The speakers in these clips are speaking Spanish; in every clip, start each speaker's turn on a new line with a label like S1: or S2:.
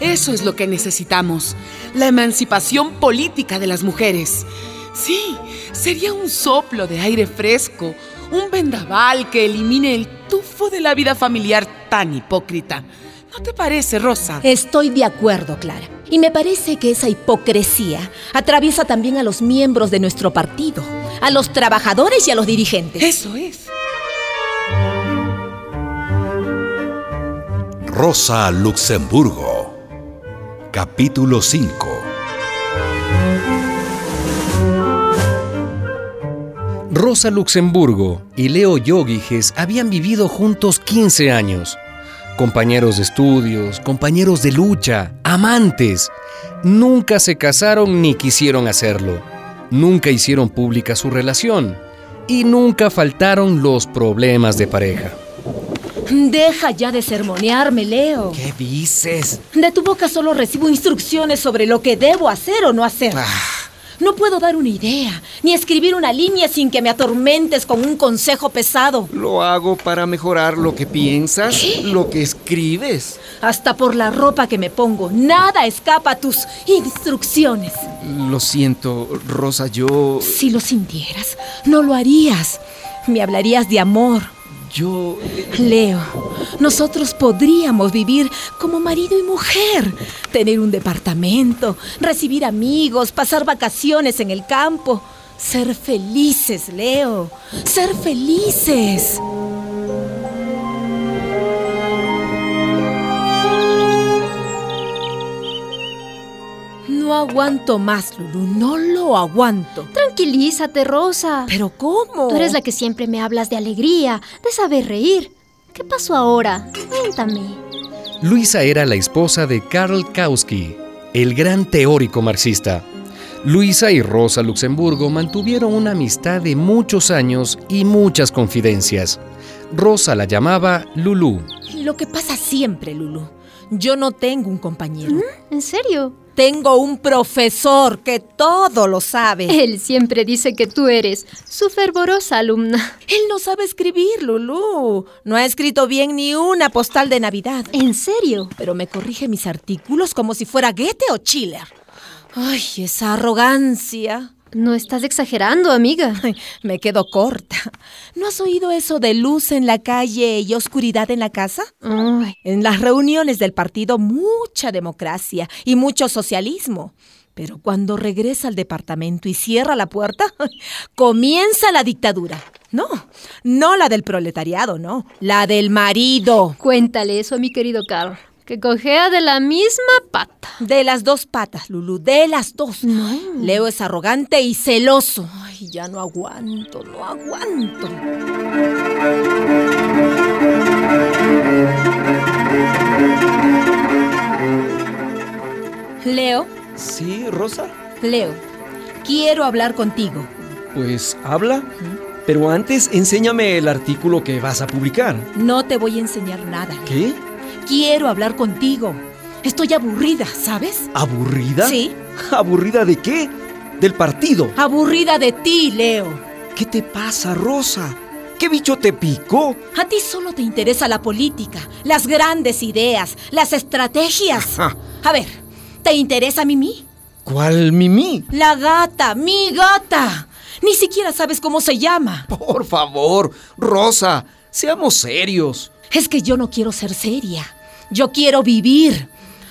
S1: Eso es lo que necesitamos, la emancipación política de las mujeres. Sí, sería un soplo de aire fresco, un vendaval que elimine el tufo de la vida familiar tan hipócrita. ¿No te parece, Rosa?
S2: Estoy de acuerdo, Clara. Y me parece que esa hipocresía atraviesa también a los miembros de nuestro partido, a los trabajadores y a los dirigentes.
S1: Eso es.
S3: Rosa Luxemburgo. Capítulo 5.
S4: Rosa Luxemburgo y Leo Yogiges habían vivido juntos 15 años compañeros de estudios, compañeros de lucha, amantes. Nunca se casaron ni quisieron hacerlo. Nunca hicieron pública su relación. Y nunca faltaron los problemas de pareja.
S2: Deja ya de sermonearme, Leo.
S5: ¿Qué dices?
S2: De tu boca solo recibo instrucciones sobre lo que debo hacer o no hacer. Ah. No puedo dar una idea, ni escribir una línea sin que me atormentes con un consejo pesado.
S5: Lo hago para mejorar lo que piensas, ¿Qué? lo que escribes.
S2: Hasta por la ropa que me pongo, nada escapa a tus instrucciones.
S5: Lo siento, Rosa, yo...
S2: Si lo sintieras, no lo harías. Me hablarías de amor.
S5: Yo...
S2: Leo, nosotros podríamos vivir como marido y mujer, tener un departamento, recibir amigos, pasar vacaciones en el campo, ser felices, Leo, ser felices. No aguanto más, Lulu, no lo aguanto.
S6: Tranquilízate, Rosa.
S2: ¿Pero cómo?
S6: Tú eres la que siempre me hablas de alegría, de saber reír. ¿Qué pasó ahora? Cuéntame.
S4: Luisa era la esposa de Karl Kautsky, el gran teórico marxista. Luisa y Rosa Luxemburgo mantuvieron una amistad de muchos años y muchas confidencias. Rosa la llamaba Lulu.
S2: Lo que pasa siempre, Lulu. Yo no tengo un compañero.
S6: ¿En serio?
S2: Tengo un profesor que todo lo sabe.
S6: Él siempre dice que tú eres su fervorosa alumna.
S2: Él no sabe escribir, Lulú. No ha escrito bien ni una postal de Navidad.
S6: ¿En serio?
S2: Pero me corrige mis artículos como si fuera Goethe o Schiller. Ay, esa arrogancia.
S6: No estás exagerando, amiga.
S2: Ay, me quedo corta. ¿No has oído eso de luz en la calle y oscuridad en la casa? Ay. En las reuniones del partido mucha democracia y mucho socialismo. Pero cuando regresa al departamento y cierra la puerta, comienza la dictadura. No, no la del proletariado, no, la del marido.
S6: Cuéntale eso a mi querido Carl. Que cojea de la misma pata.
S2: De las dos patas, Lulu, de las dos. No. Leo es arrogante y celoso. Ay, ya no aguanto, no aguanto. Leo.
S5: Sí, Rosa.
S2: Leo, quiero hablar contigo.
S5: Pues habla. Pero antes enséñame el artículo que vas a publicar.
S2: No te voy a enseñar nada. Leo.
S5: ¿Qué?
S2: quiero hablar contigo. Estoy aburrida, ¿sabes?
S5: ¿Aburrida?
S2: Sí.
S5: ¿Aburrida de qué? Del partido.
S2: Aburrida de ti, Leo.
S5: ¿Qué te pasa, Rosa? ¿Qué bicho te picó?
S2: A ti solo te interesa la política, las grandes ideas, las estrategias. Ajá. A ver, ¿te interesa Mimi?
S5: ¿Cuál Mimi?
S2: La gata, mi gata. Ni siquiera sabes cómo se llama.
S5: Por favor, Rosa, seamos serios.
S2: Es que yo no quiero ser seria. Yo quiero vivir.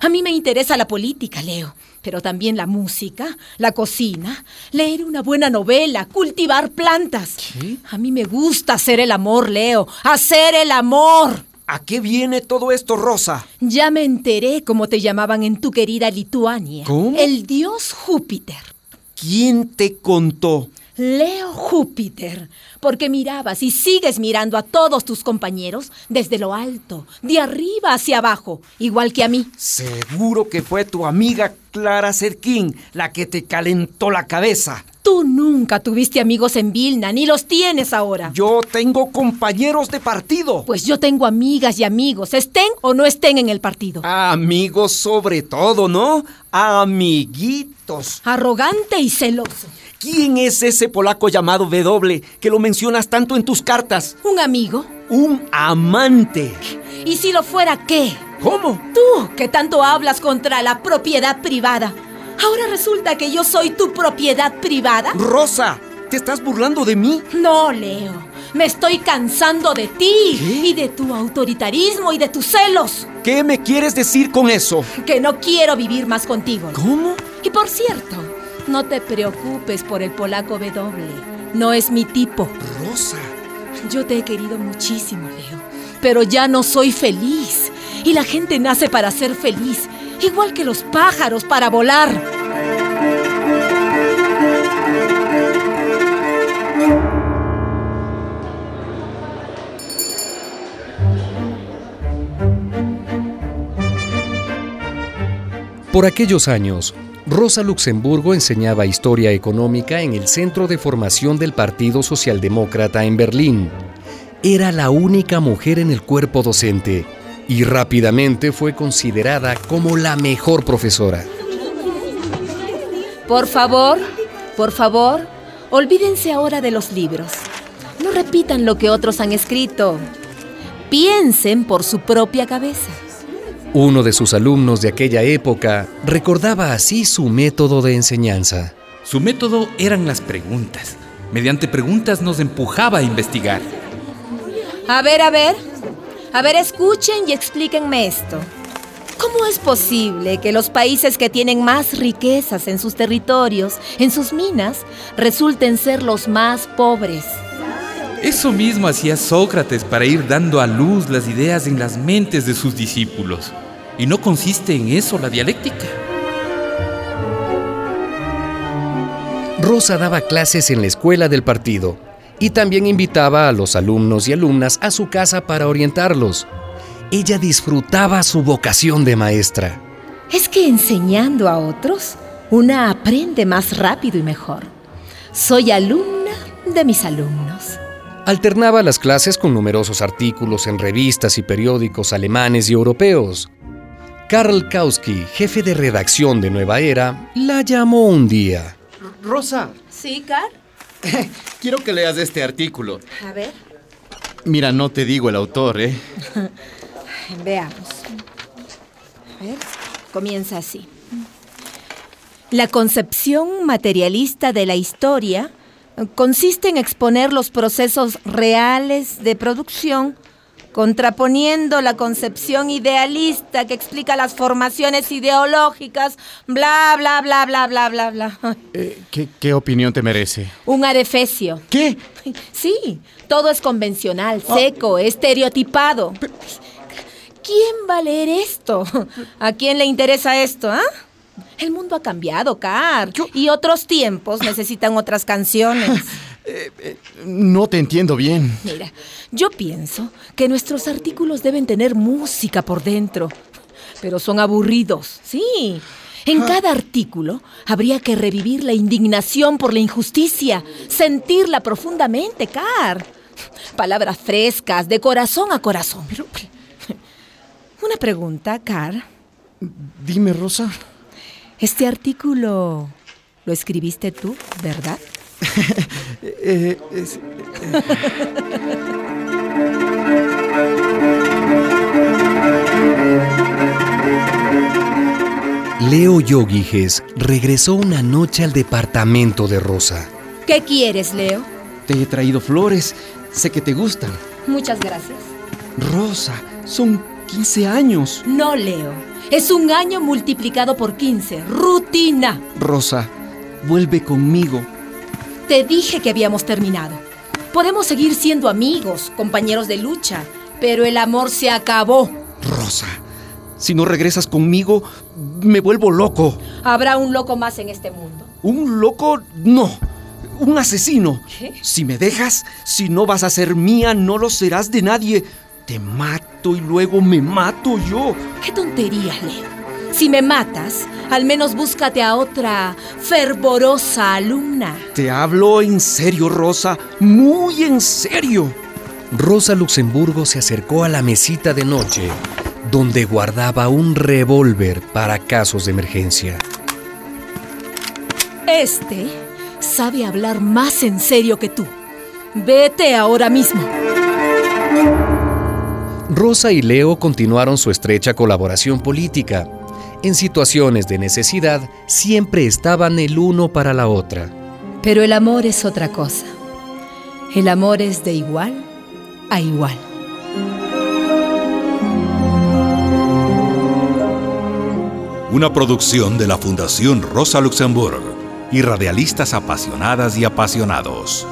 S2: A mí me interesa la política, Leo, pero también la música, la cocina, leer una buena novela, cultivar plantas.
S5: ¿Qué?
S2: A mí me gusta hacer el amor, Leo, hacer el amor.
S5: ¿A qué viene todo esto, Rosa?
S2: Ya me enteré cómo te llamaban en tu querida Lituania.
S5: ¿Cómo?
S2: El dios Júpiter.
S5: ¿Quién te contó?
S2: Leo Júpiter, porque mirabas y sigues mirando a todos tus compañeros desde lo alto, de arriba hacia abajo, igual que a mí.
S5: Seguro que fue tu amiga Clara Cerquín la que te calentó la cabeza.
S2: Tú nunca tuviste amigos en Vilna, ni los tienes ahora.
S5: Yo tengo compañeros de partido.
S2: Pues yo tengo amigas y amigos, estén o no estén en el partido.
S5: Amigos sobre todo, ¿no? Amiguitos.
S2: Arrogante y celoso.
S5: ¿Quién es ese polaco llamado W que lo mencionas tanto en tus cartas?
S2: ¿Un amigo?
S5: Un amante.
S2: ¿Y si lo fuera qué?
S5: ¿Cómo?
S2: Tú, que tanto hablas contra la propiedad privada. Ahora resulta que yo soy tu propiedad privada.
S5: Rosa, ¿te estás burlando de mí?
S2: No, Leo. Me estoy cansando de ti
S5: ¿Qué?
S2: y de tu autoritarismo y de tus celos.
S5: ¿Qué me quieres decir con eso?
S2: Que no quiero vivir más contigo.
S5: ¿Cómo?
S2: Y por cierto, no te preocupes por el polaco W. No es mi tipo.
S5: Rosa.
S2: Yo te he querido muchísimo, Leo. Pero ya no soy feliz. Y la gente nace para ser feliz. Igual que los pájaros para volar.
S4: Por aquellos años, Rosa Luxemburgo enseñaba historia económica en el Centro de Formación del Partido Socialdemócrata en Berlín. Era la única mujer en el cuerpo docente y rápidamente fue considerada como la mejor profesora.
S2: Por favor, por favor, olvídense ahora de los libros. No repitan lo que otros han escrito. Piensen por su propia cabeza.
S4: Uno de sus alumnos de aquella época recordaba así su método de enseñanza.
S7: Su método eran las preguntas. Mediante preguntas nos empujaba a investigar.
S2: A ver, a ver. A ver, escuchen y explíquenme esto. ¿Cómo es posible que los países que tienen más riquezas en sus territorios, en sus minas, resulten ser los más pobres?
S7: Eso mismo hacía Sócrates para ir dando a luz las ideas en las mentes de sus discípulos. Y no consiste en eso la dialéctica.
S4: Rosa daba clases en la escuela del partido y también invitaba a los alumnos y alumnas a su casa para orientarlos. Ella disfrutaba su vocación de maestra.
S2: Es que enseñando a otros, una aprende más rápido y mejor. Soy alumna de mis alumnos.
S4: Alternaba las clases con numerosos artículos en revistas y periódicos alemanes y europeos. Karl Kautsky, jefe de redacción de Nueva Era, la llamó un día.
S8: Rosa,
S2: ¿Sí, Car?
S8: quiero que leas este artículo.
S2: A ver,
S8: Mira, no te digo el autor, ¿eh?
S2: Veamos. A ver, comienza así. La concepción materialista de la historia eh, consiste en exponer los procesos reales de producción, contraponiendo la concepción idealista que explica las formaciones ideológicas, bla, bla, bla, bla, bla, bla, bla.
S8: Eh, ¿Qué, qué opinión te merece?
S2: Un adefesio.
S8: ¿Qué?
S2: Sí, todo es convencional, seco, estereotipado. ¿Quién va a leer esto? ¿A quién le interesa esto, ah? El mundo ha cambiado, Car. Y otros tiempos necesitan otras canciones.
S8: No te entiendo bien.
S2: Mira, yo pienso que nuestros artículos deben tener música por dentro, pero son aburridos, sí. En cada artículo habría que revivir la indignación por la injusticia, sentirla profundamente, Car. Palabras frescas, de corazón a corazón. Una pregunta, Car.
S8: Dime, Rosa.
S2: Este artículo lo escribiste tú, ¿verdad?
S8: Eh, es-
S4: Leo Yogiges regresó una noche al departamento de Rosa.
S2: ¿Qué quieres, Leo?
S5: Te he traído flores. Sé que te gustan.
S2: Muchas gracias.
S5: Rosa, son 15 años.
S2: No, Leo. Es un año multiplicado por 15. Rutina.
S5: Rosa, vuelve conmigo.
S2: Te dije que habíamos terminado. Podemos seguir siendo amigos, compañeros de lucha, pero el amor se acabó.
S5: Rosa, si no regresas conmigo, me vuelvo loco.
S2: Habrá un loco más en este mundo.
S5: Un loco, no. Un asesino.
S2: ¿Qué?
S5: Si me dejas, si no vas a ser mía, no lo serás de nadie. Te mato y luego me mato yo.
S2: Qué tontería, Leo. Si me matas, al menos búscate a otra fervorosa alumna.
S5: Te hablo en serio, Rosa. Muy en serio.
S4: Rosa Luxemburgo se acercó a la mesita de noche, donde guardaba un revólver para casos de emergencia.
S2: Este sabe hablar más en serio que tú. Vete ahora mismo.
S4: Rosa y Leo continuaron su estrecha colaboración política. En situaciones de necesidad siempre estaban el uno para la otra.
S2: Pero el amor es otra cosa. El amor es de igual a igual.
S3: Una producción de la Fundación Rosa Luxemburg y radialistas apasionadas y apasionados.